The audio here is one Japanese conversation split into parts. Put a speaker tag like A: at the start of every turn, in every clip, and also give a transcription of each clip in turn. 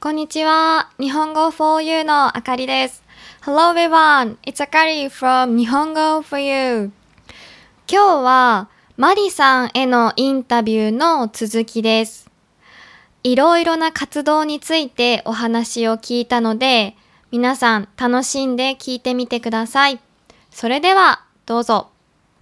A: こんにちは。日本語 for you のあかりです。Hello everyone. It's Akari from 日本語 for you. 今日はマリさんへのインタビューの続きです。いろいろな活動についてお話を聞いたので、皆さん楽しんで聞いてみてください。それではどうぞ。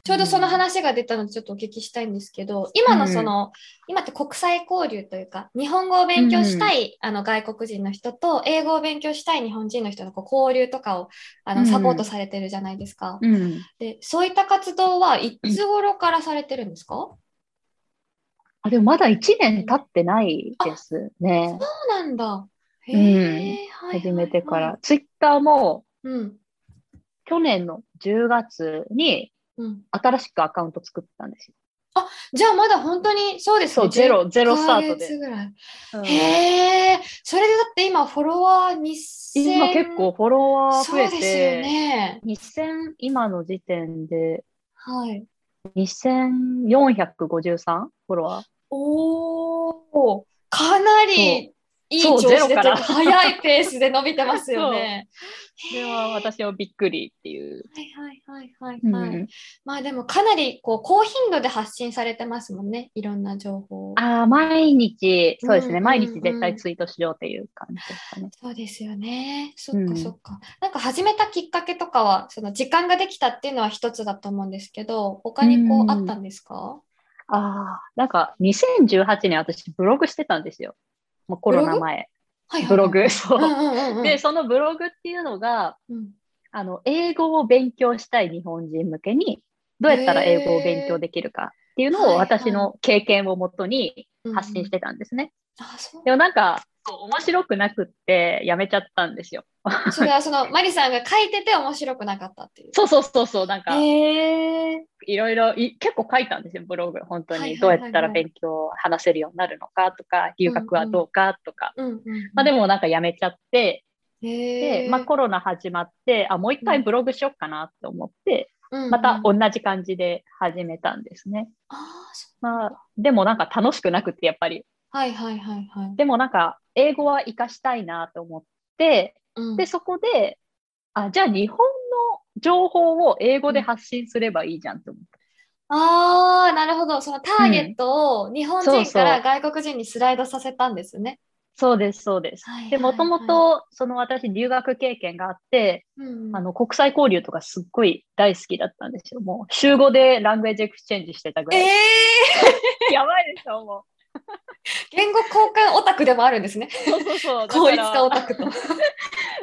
A: ちょうどその話が出たのでちょっとお聞きしたいんですけど、今のその、今って国際交流というか、日本語を勉強したい、あの外国人の人と、英語を勉強したい日本人の人のこう交流とかをあ
B: う
A: の
B: ん
A: サポートされてるじゃないですか。
B: うん、
A: で、そういった活動はいつ頃からされてるんですかそ
B: あでもまだ1年経ってないですね、
A: うなんだ。へ
B: う
A: え、
B: ん
A: はいはいはい
B: 始めてから。。ツイッターも
A: うん。
B: 去年の10月に
A: うん、
B: 新しくアカウント作ったんですよ。
A: じゃあまだ本当にそうです
B: そう、ゼロ、ゼロスタート
A: 10ヶ
B: で。
A: 月ぐらい
B: うん
A: へえ、それでだって今フォロワー2000
B: 今結構フォロワー増え
A: そうですよ
B: て、
A: ね。
B: 2000、今の時点で
A: はい。
B: 2453フォロワー。
A: おお、かなりいい調子で
B: そ
A: と
B: うゼ
A: い
B: ロ
A: う
B: か
A: か
B: ら
A: 早いペースで伸びてますよね。
B: それは私もびっくりっていう。
A: はいはいはいはいうはい。
B: ん
A: まあでもかなりこう高頻度で発信されてますもんね。いろんな情報を。
B: ああ、毎日、そうですね、
A: うん
B: 毎日絶対ツイートしようっていう感じですかね。
A: そうですよね。そっ
B: う
A: か
B: ん
A: そっか。なんか始めたきっかけとかは、その時間ができたっていうのは一つだと思うんですけど、他にこ
B: う
A: うんあったんですか
B: ああ、なんか2018年私ブログしてたんですよ。もうコロナ前。
A: はいはい。
B: ブログ、 そうう。
A: んうんうんうん。
B: で、そのブログっていうのが、
A: うん
B: あの、英語を勉強したい日本人向けに、どうやったら英語を勉強できるかってい
A: へ
B: う
A: ー
B: の
A: は
B: を
A: いはい
B: 私の経験をもとに
A: うん
B: 発信してたんですね。
A: あ、そう
B: でもなんか、こう面白くなくってやめちゃったんですよ。
A: それはそのマリさんが書いてて面白くなかったっていう。
B: そうそうそうそう、なんか、
A: へえ
B: いろいろい結構書いたんですよ、ブログ。本当
A: はい
B: に。
A: は
B: ど
A: いうはいはい
B: やったら勉強、話せるようになるのかとか、留学はどうかとか。
A: うんうんうん。
B: まあでもなんかやめちゃって、
A: へ
B: で
A: え、
B: まあ、コロナ始まって、あ、もう一回ブログしよっかなと思って、
A: うんうん
B: また同じ感じで始めたんですね。
A: あーそ
B: まあ、でもなんか楽しくなくて、やっぱり。
A: うはいはいはいはい。
B: でもなんか、英語は活かしたいなと思って、
A: うん
B: で、そこで、あ、じゃあ日本の情報を英語で発信すればいいじゃんと思って。
A: ああ、なるほど。そのターゲットを日本
B: そう
A: 人
B: そ
A: か
B: う
A: ら外国人にスライドさせたんですね。
B: そうです、そうです。
A: はい
B: で、もと
A: は
B: も
A: いはい
B: と、その私、留学経験があって、
A: うんうん
B: あの国際交流とかすっごい大好きだったんですよ。もう週5でラングエージエクスチェンジしてたぐ
A: え
B: らい。
A: え
B: やばいでしょ、も
A: ー、言語交換オタクでもあるんですね
B: う。。そうそう そう。
A: 効率
B: だ
A: 化オ
B: か
A: タ クと。
B: ら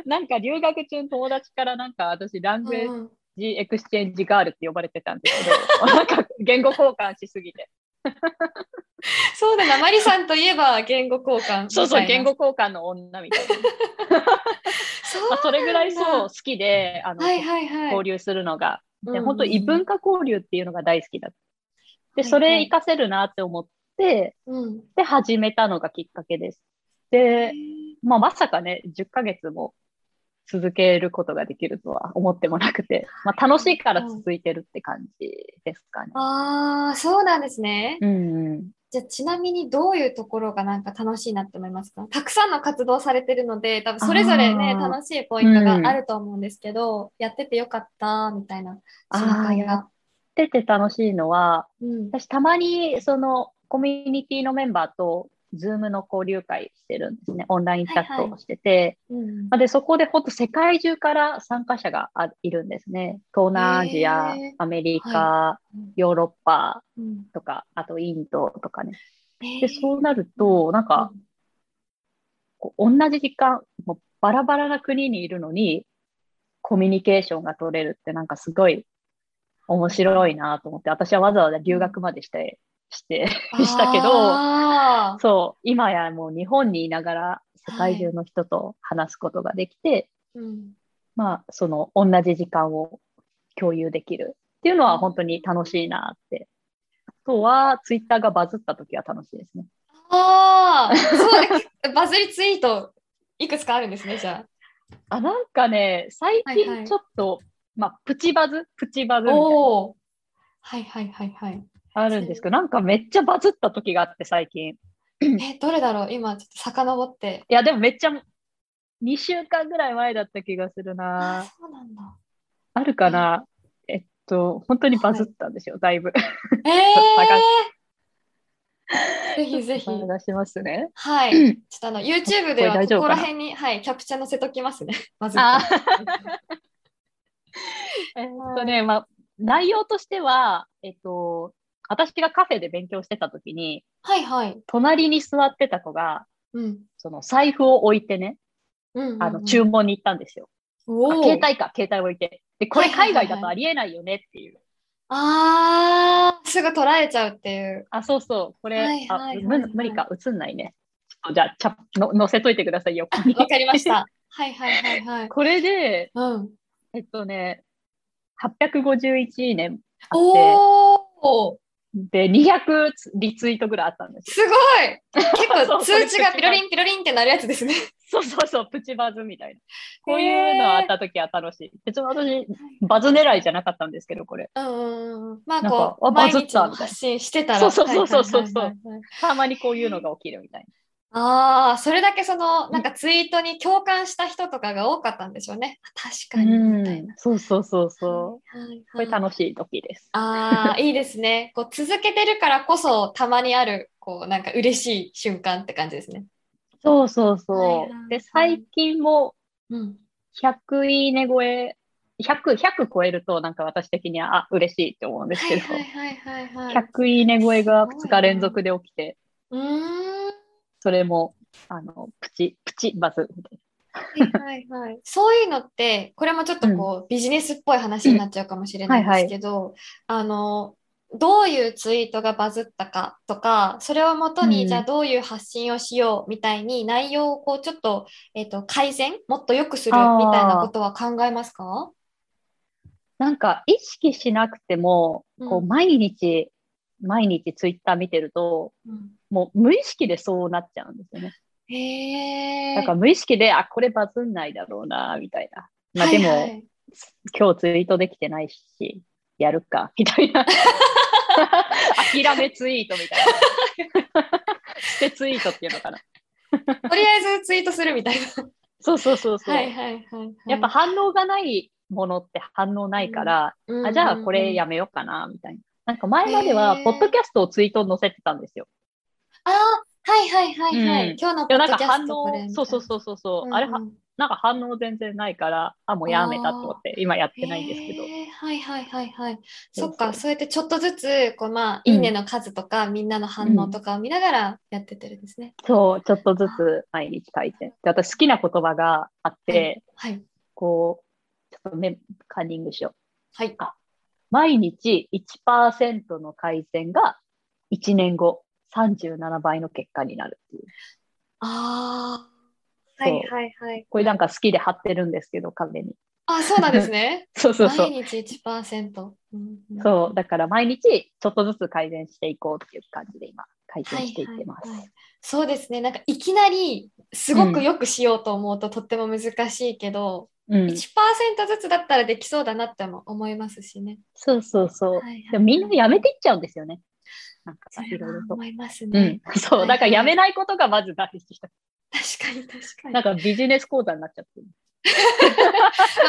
B: なんか留学中の友達からなんか私、ラングエ
A: う
B: ー
A: んうん
B: ジエクスチェンジガールって呼ばれてたんです けど、なんか言語交換しすぎて。
A: そうだな、マリさんといえば言語交換みたいな。
B: そうそう、言語交換の女みたい な。
A: そう
B: まあ、それぐらい
A: そう
B: そ
A: なん
B: う好きで、あの、
A: はいはいはい。
B: 交流するのが。
A: うん
B: で、
A: うん
B: 本当異文化交流っていうのが大好きだった。で、そ
A: はいは
B: れ
A: い
B: 活かせるなって思って、
A: うん。
B: で、始めたのがきっかけです。
A: へ
B: で、
A: ー
B: まあ、まさかね、10ヶ月も続けることができるとは思ってもなくて、まあ、楽しいから続いてるって感じですかね。
A: ああ、そうなんですね。
B: うんうん。
A: じゃあ、ちなみにどういうところがなんか楽しいなって思いますかたくさんの活動されてるので、多分それぞれね、
B: あー
A: 楽しいポイントが
B: うん
A: あると思うんですけど、やっててよかった、みたいな瞬
B: ああ、
A: 間
B: やっ
A: が。
B: てて楽しいのは、
A: うん。
B: 私たまにそのコミュニティのメンバーと、ズームの交流会してるんですね。オンラインチャットをしてて、
A: うん
B: まあで、そこで本当世界中から参加者があいるんですね。東南アジア
A: へー、
B: アメリカ、
A: い
B: ヨーロッパ
A: うん。
B: とか、あとインドとかね。
A: え
B: で、そうなると、なんか、こう同じ時間、もうバラバラな国にいるのに、コミュニケーションが取れるって、なんかすごい面白いなと思って、私はわざわざ留学までして、して、したけど、
A: あー
B: そう、今やもう日本にいながら、世界中の人と話すことができて、
A: うん
B: まあ、その同じ時間を共有できるっていうのは本当に楽しいなって。あとは、ツイッターがバズった時は楽しいですね。
A: あー、そうね。 バズりツイート、いくつかあるんですね、じゃ
B: あ、なんかね、最
A: はいはい
B: 近ちょっと、まあ、プチバズプチバズみ
A: あ。
B: たいな
A: おお。はいはいはいはい。
B: あるんですけど、なんかめっちゃバズった時があって、最近。
A: え、どれだろう今ちょっと遡って。
B: いや、でもめっちゃ、2週間ぐらい前だった気がする
A: あ
B: な。
A: そうなんだ。
B: ある かなえっと、本当にバズったんですよ、だいぶ。
A: え ー、ぜひぜひ。
B: 探しますね。
A: はい。ちょっとあの YouTube では
B: これ
A: こ
B: 大丈夫
A: こ
B: からな
A: 辺に、はい、キャプチャー載せときますね。 まず。
B: あ
A: は
B: えっとね、まあ、内容としては、えっと、私がカフェで勉強してた時に、
A: いはい。
B: 隣に座ってた子が、
A: うん。
B: その財布を置いてね、
A: うんうんうん、
B: あの、注文に行ったんですよ。
A: お
B: あ
A: ー
B: 携帯か、携帯を置いて。で、これ
A: はいはいは
B: 海
A: いはい
B: 外だとありえないよねっていう。
A: あー、すぐ捉えちゃうっていう。
B: あ、そうそう、こ
A: は
B: れ
A: い、は
B: あ
A: いはい
B: む
A: はい
B: 無理か、映んないね。ちょっとじゃあ、ちゃの載せといてください、横に。
A: わかりました。はいはいはいはい。
B: これで、
A: うん。
B: えっとね、851いいねあっ
A: おー
B: て、で、200リツイートぐらいあったんですよ。
A: すごい結
B: そ
A: 構
B: う
A: 通知が
B: こ
A: ピ
B: れ
A: ロリンピロリンってなるやつですね。
B: そうそうそう、プチバズみたいな。こういうのあった時は楽しい。別に私、バズ狙いじゃなかったんですけど、これ。
A: うんうんうん。まあ
B: なんか
A: こう、
B: あバ
A: 毎
B: ズっ
A: 日
B: た
A: の発信してたら。
B: そうそうそうそうそう
A: はいはいはいはい
B: たまにこういうのが起きるみたい
A: ああ、それだけその、なんかツイートに共感した人とかが多かったんでしょうね。あ確か
B: な。
A: に、みたいな。
B: そうそうそうそう。
A: はいはい
B: これ楽しい時です。
A: ああ、いいですね。こう続けてるからこそ、たまにある、こう、なんか嬉しい瞬間って感じですね。
B: そうそう
A: はいは
B: そ。
A: いう
B: で、最近も
A: うん。
B: 100いいね超え、100、100超えると、なんか私的には、あ、嬉しいって思うんです
A: は
B: け
A: い
B: ど、
A: はいはいはいはい。
B: 100いいね超えが
A: すごい
B: 2
A: な
B: 日連続で起きて、
A: うーん。は
B: それも、あの、プチ、プチバズみたい
A: いはいはい。そういうのって、これもちょっとこう、ビジネスっぽい話になっちゃうかもしれないんですけど、あの、どういうツイートがバズったかとか、それをもとに、
B: うん
A: じゃあどういう発信をしようみたいに、内容をこう、ちょっと、えっと、改善、もっと良くするみたいなことは考えますか
B: な。なんか、意識しなくても、こ
A: う
B: う、
A: ん
B: 毎日、毎日ツイッター見てると、
A: うん。
B: もう無意識でそうなっちゃうんですよね。
A: へえ。
B: なんか無意識で、あ、これバズんないだろうな、みたいな。まあでも、
A: はいはい
B: 今日ツイートできてないし、やるか、 みたいな。諦めツイートみたいな。してツイートっていうのかな。
A: とりあえずツイートするみたいな。
B: そうそうそう そう。
A: はいはいはいはい。
B: やっぱ反応がないものって反応ないから、
A: うんうんうん、
B: あじゃあこれやめようかな、みたいな。なんか前までは
A: へー、
B: ポッドキャストをツイートに載せてたんですよ。
A: あーはいはいはいはい。
B: うん
A: 今日の
B: で
A: ポ
B: もな
A: ッ
B: ん
A: ド
B: か
A: キャ
B: 反
A: ストこれ
B: 応、そうそうそうそうそう、
A: うん
B: あれは
A: うん
B: なんか反応全然ないから、あ、もうやめたと思って、今やってないんですけど。
A: へーはいはいはいはい。
B: そうそう
A: そっか、そうやってちょっとずつ、こうまあ、
B: うん
A: いいねの数とか、みんなの反応とかを見ながらやってってるんですね。
B: そう、ちょっとずつ毎日書いて。で、私好きな言葉があって、
A: はい。
B: こう、ちょっとメカンニングしよう。
A: はい。
B: あ毎日1%の改善が1年後37倍の結果になるっていう。
A: ああ。は
B: そう
A: いはいはい。
B: これなんか好きで貼ってるんですけど、壁に。
A: あ、そうなんですね。
B: そうそうそう。
A: 毎日1%。うんうん
B: そう、だから毎日ちょっとずつ改善していこうっていう感じで今、改善
A: はい
B: していってます。
A: はいはいそうですね。なんかいきなりすごくよくしようと思うととっても難しいけど、
B: うん
A: 1%。ずつだったらできそうだなっても思いますしね。
B: そうそうそう。
A: はいはい
B: でもみんなやめていっちゃうんですよね。なんか
A: そ
B: い
A: れは
B: ろいろと。
A: 思います
B: う
A: ね
B: ん。、そ
A: は
B: う、
A: い
B: だからやめないことがまず大事。
A: 確かに確かに。
B: なんかビジネス講座になっちゃってる。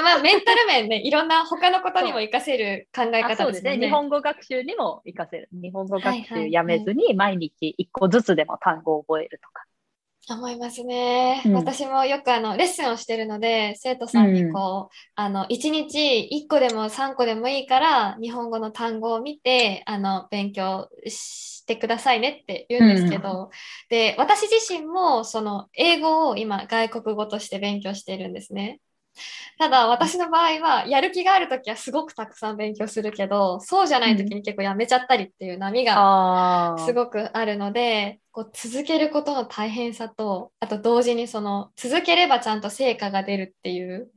A: まあ、メンタル面ね、いろんな他のことにも活かせる考え
B: あそ
A: 方
B: う
A: で
B: ですす
A: もん
B: ね。
A: ね。
B: 日本語学習にも活かせる。日本語学
A: はいは
B: 習
A: い
B: やめずに毎日一個ずつでも単語を覚えるとか。
A: 思いますね。
B: うん
A: 私もよくあのレッスンをしてるので、生徒さんにこう、あの1日1個でも3個でもいいから、日本語の単語を見て、あの勉強してくださいねって言うんですけど、で、私自身もその英語を今外国語として勉強しているんですね。ただ私の場合はやる気がある時はすごくたくさん勉強するけどそうじゃない時に結構やめちゃったりっていう波が
B: あ
A: すごくあるのでこう続けることの大変さとあと同時にその続ければちゃんと成果が出るっていう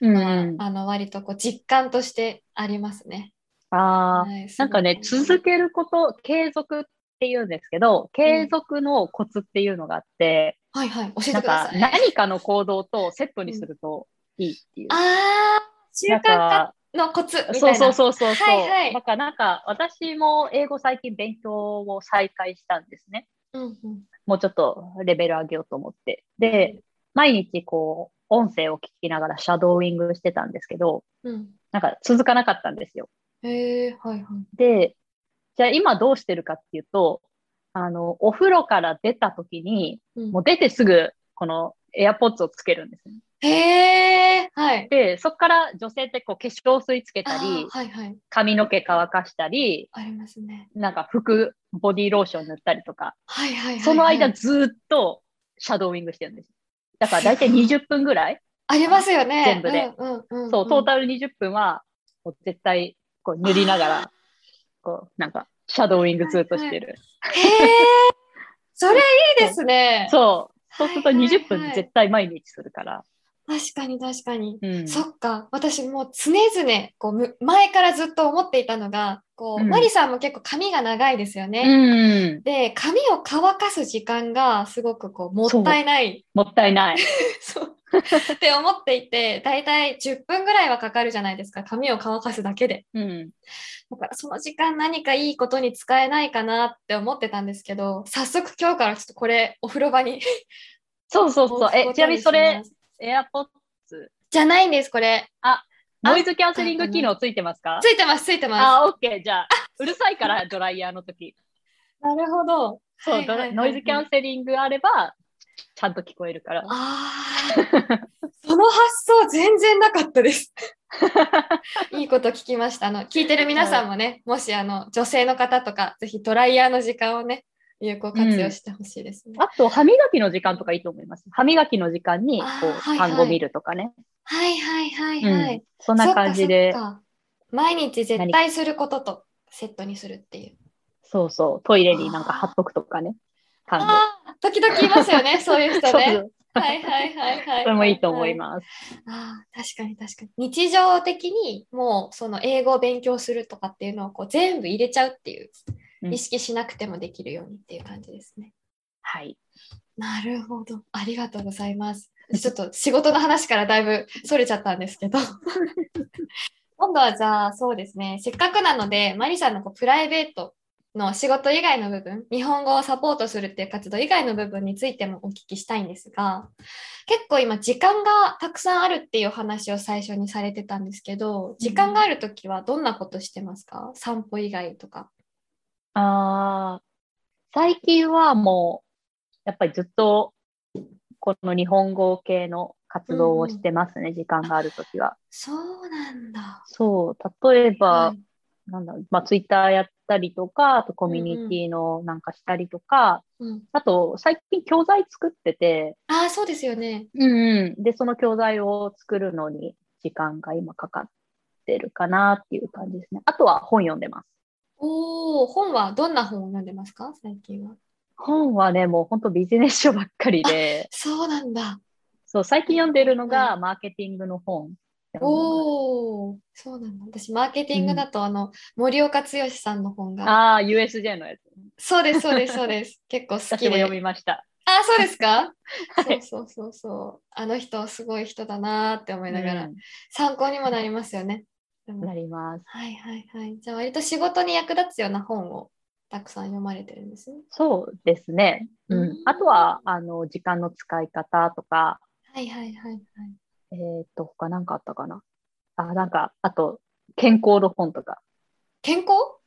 B: う
A: のは、
B: ん。
A: あの割とこう実感としてありますね。
B: あー
A: はい
B: なんかね、
A: すごく
B: 続けること、継続っていうんですけど、継続のコツっていうのがあって、
A: はいはい教えて
B: なん
A: くだ
B: か
A: さい。
B: 何かの行動とセットにするといいっていう。
A: ああ習慣
B: なん
A: 化
B: か、
A: のコツみたいな。
B: そうそうそうそうそう。
A: はいはい
B: なんか、なんか、私も英語最近勉強を再開したんですね。
A: うんうん
B: もうちょっとレベル上げようと思って。で、毎日こう、音声を聞きながらシャドーイングしてたんですけど、
A: うん
B: なんか続かなかったんですよ。
A: へえはいはい
B: で、じゃあ今どうしてるかっていうと、あの、お風呂から出た時に、
A: うん
B: もう出てすぐ、このエアポッツをつけるんですね。
A: へえはい
B: で、そこから女性ってこう化粧水つけたり
A: あー、はいはい
B: 髪の毛乾かしたり、
A: ありますね
B: なんか服、ボディーローション塗ったりとか、
A: はいはいはい、はい、
B: その間ずーっとシャドーイングしてるんです。だから 大体20分ぐらい、
A: ありますよね
B: 全部で
A: うんうんうんうん、
B: そう、トータル20分は、もう絶対こう塗りなが ら、こう、なんか、シャドーイングずーっとしてる。
A: へえそれいいですね
B: そう。そうすると
A: はいはいはい
B: 20分絶対毎日するから。
A: 確かに確かに、
B: うん
A: そっか私もう常々こうむ前からずっと思っていたのがこう、
B: うん
A: マリさんも結構髪が長いですよね、
B: うん。
A: で髪を乾かす時間がすごくこうもったいない
B: もったいない。
A: そうって思っていてだいたい10分ぐらいはかかるじゃないですか髪を乾かすだけで
B: うん。
A: だからその時間何かいいことに使えないかなって思ってたんですけど早速今日からちょっとこれお風呂場に
B: そうそう そう。え、ちなみにそれ
A: 置くことにしま、す
B: エアポッ
A: じゃないんですこれ
B: ノイズキャンセリング機能ついてますか
A: ついてますついてます
B: あ、オッケー。じゃあ、うるさいから、ドライヤーの時。
A: なるほど
B: そう、
A: はいはいはいはい
B: ドラノイズキャンセリングあれば、ちゃんと聞こえるから。
A: あーその発想全然なかったです。 いいこと聞きました。あの聞いてる皆さんもね、もしあの女性の方とか、ぜひドライヤーの時間をね、有効活用してほしいですね。
B: あと、歯磨きの時間とかいいと思います。歯磨きの時間に、こ
A: あーは
B: う、
A: いはい
B: 単語見るとかね。
A: はいはいはいはい。
B: うん。そんな感じで
A: そっ、かそっか。毎日絶対することとセットにするっていう。
B: そうそう、トイレになんか貼っとくとかね。単語。
A: ああ、時々いますよね、 そういう人
B: そう
A: ね。
B: そう
A: はいはいはいはい。
B: それもいいと思い
A: す
B: ます。
A: ああ、確かに確かに。日常的にもうその英語を勉強するとかっていうのをこう全部入れちゃうっていう、
B: うん
A: 意識しなくてもできるようにっていう感じですね。
B: はい。
A: なるほど。ありがとうございます。ちょっと仕事の話からだいぶそれちゃったんです けど。今度はじゃあそうですね、せっかくなので、マリさんのこうプライベートの仕事以外の部分、日本語をサポートするっていう活動以外の部分についてもお聞きしたいんですが、結構今時間がたくさんあるっていうお話を最初にされてたんですけど、時間があるときはどんなことしてますか散歩以外とか。
B: ああ、最近はもう、やっぱりずっと、この日本語系の活動をしてますね、時間があるときは。
A: そうなんだ。
B: そう、例えば
A: は、い
B: なんだろう、まあ、ツイッターやったりとか、あとコミュニティのなんかしたりとか、
A: うん、
B: あと、最近教材作ってて、
A: ああ、そうですよね。
B: うんうん。で、その教材を作るのに時間が今かかってるかなっていう感じですね。あとは本読んでます。
A: おお、本はどんな本を読んでますか最近は。
B: 本はね、もう本当ビジネス書ばっかりで、
A: そうなんだ。
B: そう、最近読んでるのがマーケティングの本。
A: おお、そうなんだ。私、マーケティングだと、あの、森岡剛さんの本が。
B: ああ、USJ のやつ。
A: そうです、そうです、そう です。結構好
B: 私
A: き
B: も
A: で。
B: 読みました。
A: ああ、そうです か
B: は
A: そうそうそうそう。あの人、すごい人だなーって思いながら、
B: うん
A: 参考にもなりますよね。でも
B: なります。
A: はいはいはい。じゃあ、割と仕事に役立つような本をたくさん読まれてるんですね。
B: そうですね。う
A: うん
B: ん。あとは、あの、時間の使い方とか、
A: はいはいはいはい。
B: えーっと、他なんかあったかな。あ、なんか、あと、健康の本とか。
A: 健 康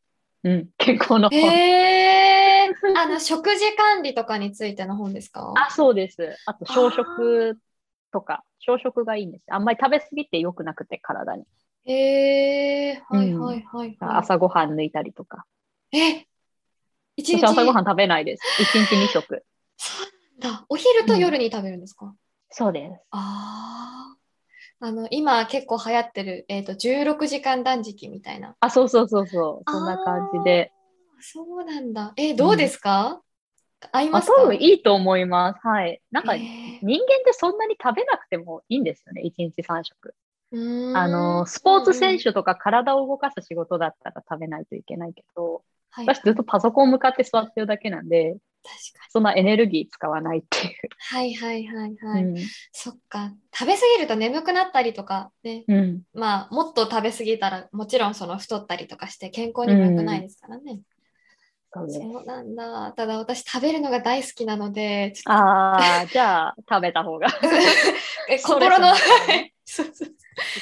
B: うん、健康の本。
A: ええー、あの、食事管理とかについての本ですか
B: あ、そうです。あと、小食とか、小食がいいんです。あんまり食べ過ぎて良くなくて、体に。
A: ええー、はい
B: うん
A: はいはい、はい
B: 朝ごはん抜いたりとか。
A: え一
B: 私、
A: 日
B: 朝ごはん食べないです。1日2食。
A: そうなんだ。お昼と夜に食べるんですか、
B: そうです。
A: ああ。あの、今結構流行ってる、えっ、と、16時間断食みたいな。
B: あ、そうそうそうそう。そんな感じで。
A: そうなんだ。えどうですか、合い
B: ま
A: ま
B: あ、
A: すか
B: 多分いいと思います。はい。なんか、
A: え
B: 人
A: ー
B: 間ってそんなに食べなくてもいいんですよね。1日3食。
A: うーん
B: あの、スポーツ選手とか体を動かす仕事だったら食べないといけないけど、
A: はい、
B: 私ずっとパソコン向かって座ってるだけなんで、
A: 確か
B: そんなエネルギー使わないっていう。
A: に。はいはいはいはい。
B: うん
A: そっか。食べ過ぎると眠くなったりとか、ね、
B: うん、
A: まあ、もっと食べ過ぎたら、もちろんその太ったりとかして健康にも良くないですからね。
B: 使うね。
A: そうなんだ。ただ私食べるのが大好きなので、ちょっ
B: ああ、じゃあ、食べた 方が。
A: とえ心の、
B: ストレスになるね
A: そうそう
B: い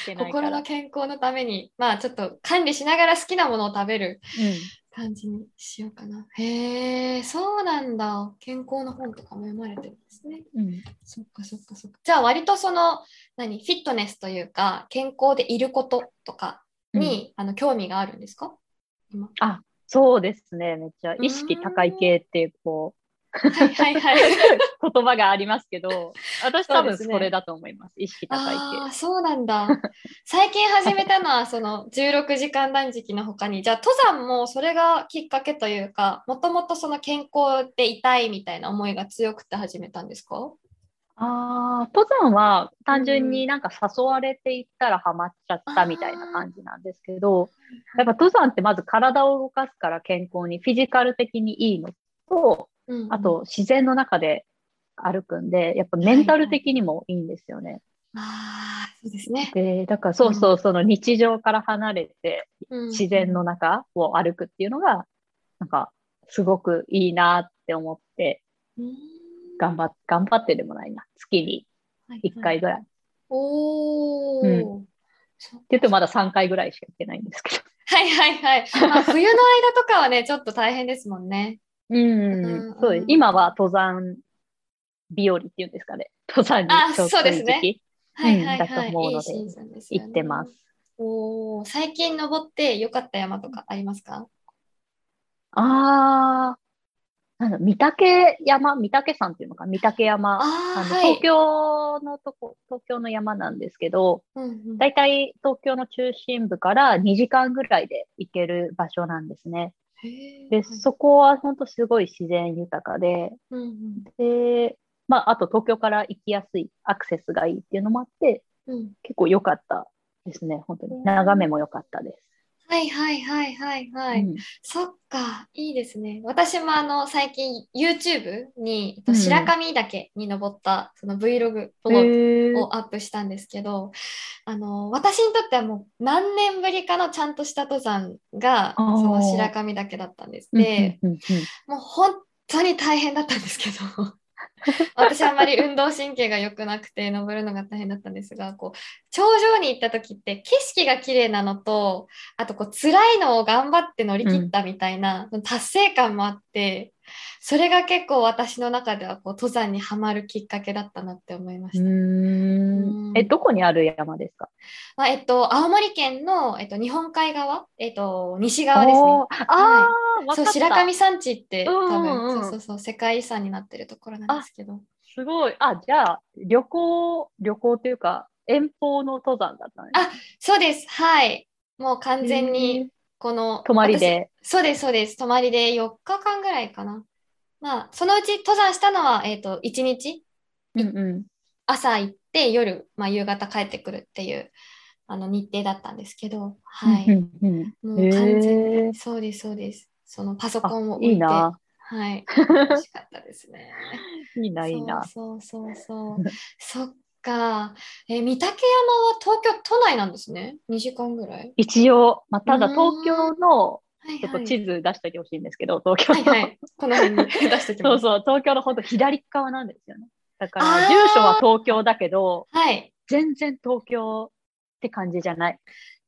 B: けないか
A: 心
B: ら。
A: の健康のために、まあちょっと管理しながら好きなものを食べる
B: うん
A: 感じにしようかな。へえ、そうなんだ。健康の本とかも読まれてるんですね。
B: うん、
A: そっかそっかそっか。じゃあ割とその、何、フィットネスというか、健康でいることとかに、あの興味があるんですか今。
B: そうですね、めっちゃ意識高い系っていうこ
A: はいはい はい。
B: う言葉がありますけど、私多
A: そうで
B: 分
A: す
B: そ
A: ね
B: れだと思います、意識高い
A: ああ、そうなんだ。最近始めたの は、その16時間断食の他に、じゃあ登山もそれがきっかけというか、もともとその健康でいたいみたいな思いが強くて始めたんですか
B: 系。ああ、登山は単純になんか誘われていったらハマっちゃったみたいな感じなんですけど、やっぱ登山ってまず体を動かすから健康に、フィジカル的にいいのと、
A: うんうん
B: あ、と自然の中で歩くんで、やっぱメンタル的にもいいんですよね。
A: ああ、そうですね。
B: で、だからそうそう、その日常から離れて、
A: うん
B: 自然の中を歩くっていうのが、なんか、すごくいいなって思って、
A: うん
B: 頑張っ、頑張ってでもないな。月に1回ぐらい。って
A: おお、
B: う
A: そっか
B: 言ってもまだ3回ぐらいしか行ってないんですけど。
A: はいはいはい。まあ、冬の間とかはね、ちょっと大変ですもんね。
B: うん
A: うん
B: そうです。今は登山日和っていうんですかね。登山に
A: あ
B: ちょうど
A: そう
B: い
A: で
B: い
A: す
B: 時
A: ね
B: 期
A: はいはい
B: うんだ
A: はい。
B: と思
A: い
B: うの
A: い
B: で
A: シーズンですよね
B: 行ってます。
A: おお、最近登って良かった山とかありますか
B: あー、なんだ、御嶽山、御嶽山っていうのか、御嶽山。
A: あ
B: あ
A: ー
B: の
A: はい
B: 東京のとこ、東京の山なんですけど、
A: うんうん
B: だいたい東京の中心部から2時間ぐらいで行ける場所なんですね。
A: へー
B: で、そこは本当すごい自然豊かで、
A: うんうん
B: で、まあ、あと東京から行きやすい、アクセスがいいっていうのもあって、
A: うん
B: 結構良かったですね、本当
A: うん
B: に。眺めも良かったです。
A: はいはいはいはいはい。
B: うん
A: そっか、いいですね。私もあの最近 YouTube にえっと
B: うん
A: 白神岳に登ったその Vlog
B: へ
A: を
B: ー
A: をアップしたんですけど、あの私にとってはもう何年ぶりかのちゃんとした登山がそ
B: あー
A: の白神岳だったんです。で、
B: うんうんうんうん
A: もう本当に大変だったんですけ ど私あんまり運動神経が良くなくて登るのが大変だったんですがこう頂上に行った時って景色が綺麗なのとあとこう辛いのを頑張って乗り切ったみたいな、達成感もあってそれが結構私の中ではこう登山にはまるきっかけだったなって思いました。
B: うーんえ、どこにある山ですか
A: まあえっと、青森県の、えっと、日本海側、えっと、西側ですね。
B: おーあー、わ
A: そ
B: か
A: う
B: っ
A: 白
B: た。
A: 神山地って
B: うん
A: 多分、
B: うんうん
A: そうそうそう世界遺産になってるところなんですけど
B: すごい。あ、じゃあ、旅行、旅行というか、遠方の登山だったね。
A: あそうですはいもう完全にこの、
B: 泊まりで。
A: 私そうですそうです泊まりで4日間ぐらいかなまあそのうち登山したのは、えっと、1日
B: うんう
A: 朝行って夜、まあ、夕方帰ってくるっていうあの日程だったんですけどはい、
B: んうん
A: も
B: う
A: うん
B: うん。
A: 完全
B: へー
A: にそうですそうですそのパソコンを
B: あ
A: 置い
B: い
A: て
B: いな。
A: はい。楽しかったですね。
B: いいな、いいな。
A: そうそうそうそう。そっか。えー、御嶽山は東京都内なんですね。2時間ぐらい。
B: 一応、まあ、ただ
A: うーん
B: 東京の、
A: はい
B: ちょっと
A: はい。
B: 地図出しておいてほしいんですけど、東京
A: はい
B: の、
A: はい。この辺に出してき
B: そ
A: ま
B: う
A: す。
B: そう、東京のほんと左側なんですよね。だから
A: あー、
B: 住所は東京だけど、
A: はい。
B: 全然東京って感じじゃない。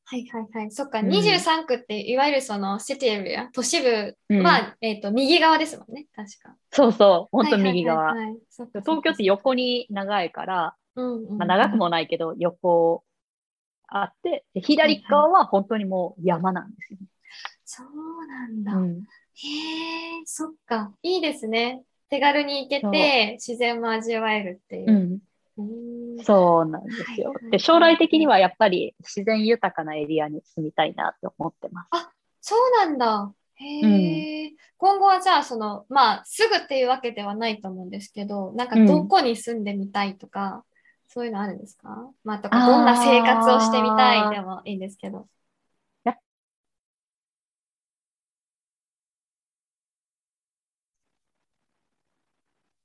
A: はいはいはい。そっか。
B: うん
A: 23区って、いわゆるその、シティエリア、都市部
B: うん
A: は、えっ、と、右側ですもんね。確か。
B: そうそう、ほんと右
A: は
B: 側。
A: いはいはいはいそっか
B: 東京って横に長いから、
A: うんうん
B: まあ、長くもないけど、横あって、で左側は本当にもう山なんですよね。
A: そうなんだ。
B: うん
A: へえ、そっか。いいですね。手軽に行け
B: そう
A: て、自然も味わえるっていう。うん
B: そうなんですよ
A: はいはい。
B: で、将来的にはやっぱり自然豊かなエリアに住みたいなと思ってます。
A: そうなんだ。へえ。今後はじゃあ、その、まあ、すぐっていうわけではないと思うんですけど、なんか
B: うん
A: どこに住んでみたいとか、そういうのあるんですかまあ、と
B: あ
A: か、
B: ー
A: どんな生活をしてみたいでもいいんですけど。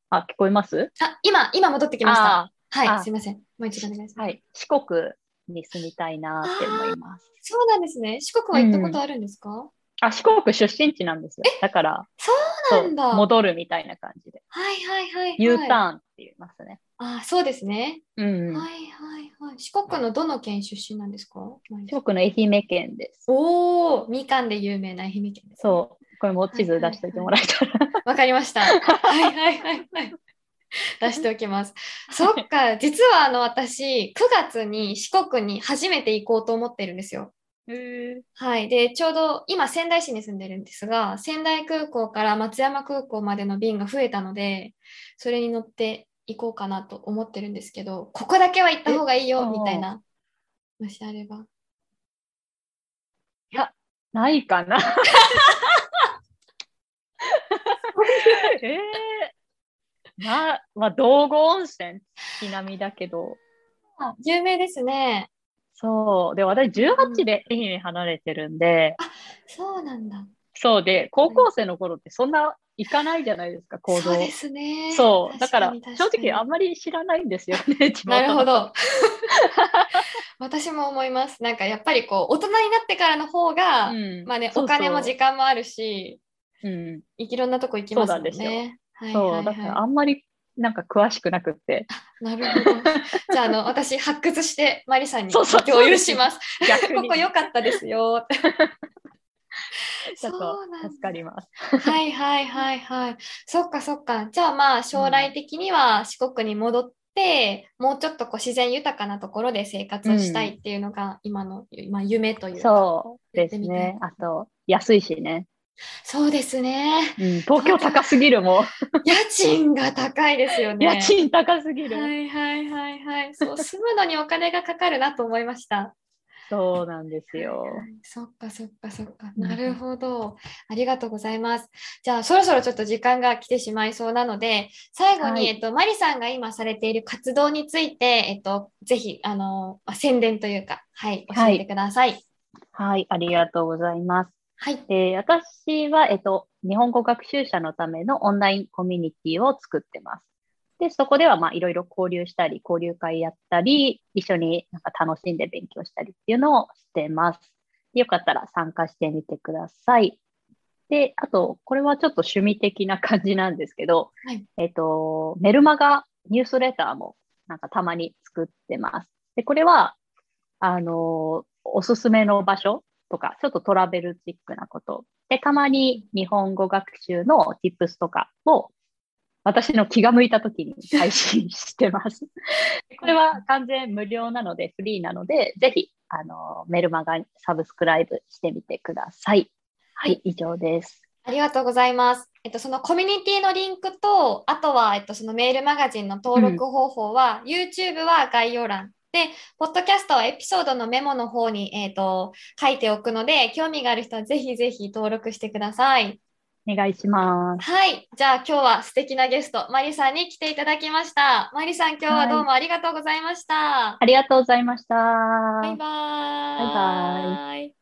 B: あ、聞こえます
A: あ、今、今戻ってきました。
B: あ
A: は
B: あ
A: い、すいません。もう一度お願いします。
B: はい。四国に住みたいなって思います。
A: そうなんですね。四国は行ったことあるんですか
B: あ、四国出身地なんですよ。だから、
A: そうなんだ
B: そう戻るみたいな感じで。
A: はいはいはい、はい。
B: U ターンって言いますね。
A: あ、そうですね。
B: うん
A: はいはいはい。四国のどの県出身なんですか
B: 四国の愛媛県です。
A: おお、みかんで有名な愛媛県です。
B: そう。これも地図出しておいてもらえたら。
A: わかりま した。はいはいはいはい。出しておきます。そっか、実はあの私、9月に四国に初めて行こうと思ってるんですよ。はい。で、ちょうど今仙台市に住んでるんですが、仙台空港から松山空港までの便が増えたので、それに乗って行こうかなと思ってるんですけど、ここだけは行った方がいい
B: え
A: よ、みたいな。もしあれば。
B: ないか な。えー、 な、まあ、道後温泉、月並みだけど。
A: 有名ですね。
B: そう。で、私18で愛媛離れてるんで、
A: そうなんだ。
B: そうで、高校生の頃ってそんな行かないじゃないですか、行動
A: そう。ですね。
B: そう。だ
A: 確
B: から、
A: に確
B: 正直あ
A: に
B: んまり知ら ないんですよね、地元
A: なるほ
B: の。
A: ど。 私も思います。なんかやっぱりこう大人になってからの方が、
B: うん。
A: まあね
B: そうそう
A: お金も時間もあるし、
B: うん。
A: いいろんなとこ行きますもんね。
B: そうなん
A: はい
B: そう、
A: はい
B: だから
A: は
B: あんまりなんか詳しくな くって、
A: い。なるほど。じゃああの私発掘してマリさんに
B: そうそう
A: 共有します。
B: 逆
A: こ
B: に
A: こ良かったですよ。
B: ちょっ
A: そうなんだ
B: と助かります。
A: はいはいはいはい。そっかそっか。じゃあまあ将来的には四国に戻って、もうちょっとこう自然豊かなところで生活をしたいっていうのが今の、まあ、夢というか
B: そうですね。あと、安いしね。
A: そうですね。
B: うん、東京高すぎるも
A: 家賃が高いですよ
B: う。
A: ね。
B: 家賃高すぎる。
A: はいはいはいはい。そう、住むのにお金がかかるなと思いました。
B: そうなんですよ。
A: そっかそっかそっか。
B: うん
A: なるほど。ありがとうございます。じゃあ、そろそろちょっと時間が来てしまいそうなので、最後に、
B: はい
A: えっと、マリさんが今されている活動について、えっと、ぜひ、あの、まあ宣伝というか、はい、教
B: はい
A: えてください。
B: はい、ありがとうございます。
A: はい。
B: えー私は、えっと、日本語学習者のためのオンラインコミュニティを作ってます。で、そこでは、まあ、いろいろ交流したり、交流会やったり、一緒になんか楽しんで勉強したりっていうのをしてます。よかったら参加してみてください。で、あと、これはちょっと趣味的な感じなんですけど、
A: はい
B: えっと、メルマガニュースレターもなんかたまに作ってます。で、これは、あの、おすすめの場所とか、ちょっとトラベルチックなこと。で、たまに日本語学習の tips とかを私の気が向いた時に配信して ます。これは完全無料なので、フリーなので、ぜひ、あの、メルマガサブスクライブしてみてください。はい、以上です。
A: ありがとうございます。えっと、そのコミュニティのリンクと、あとは、えっと、そのメールマガジンの登録方法は、YouTube は概要欄で、ポッドキャストはエピソードのメモの方に、えっと、書いておくので、興味がある人はぜひぜひ登録してください。
B: お願いします。
A: はい。じゃあ、今日は素敵なゲスト、マリさんに来ていただきました。マリさん、今日はどうもありがとうございました。
B: ありがとうございました。
A: バイバーイ。
B: バイ
A: イ。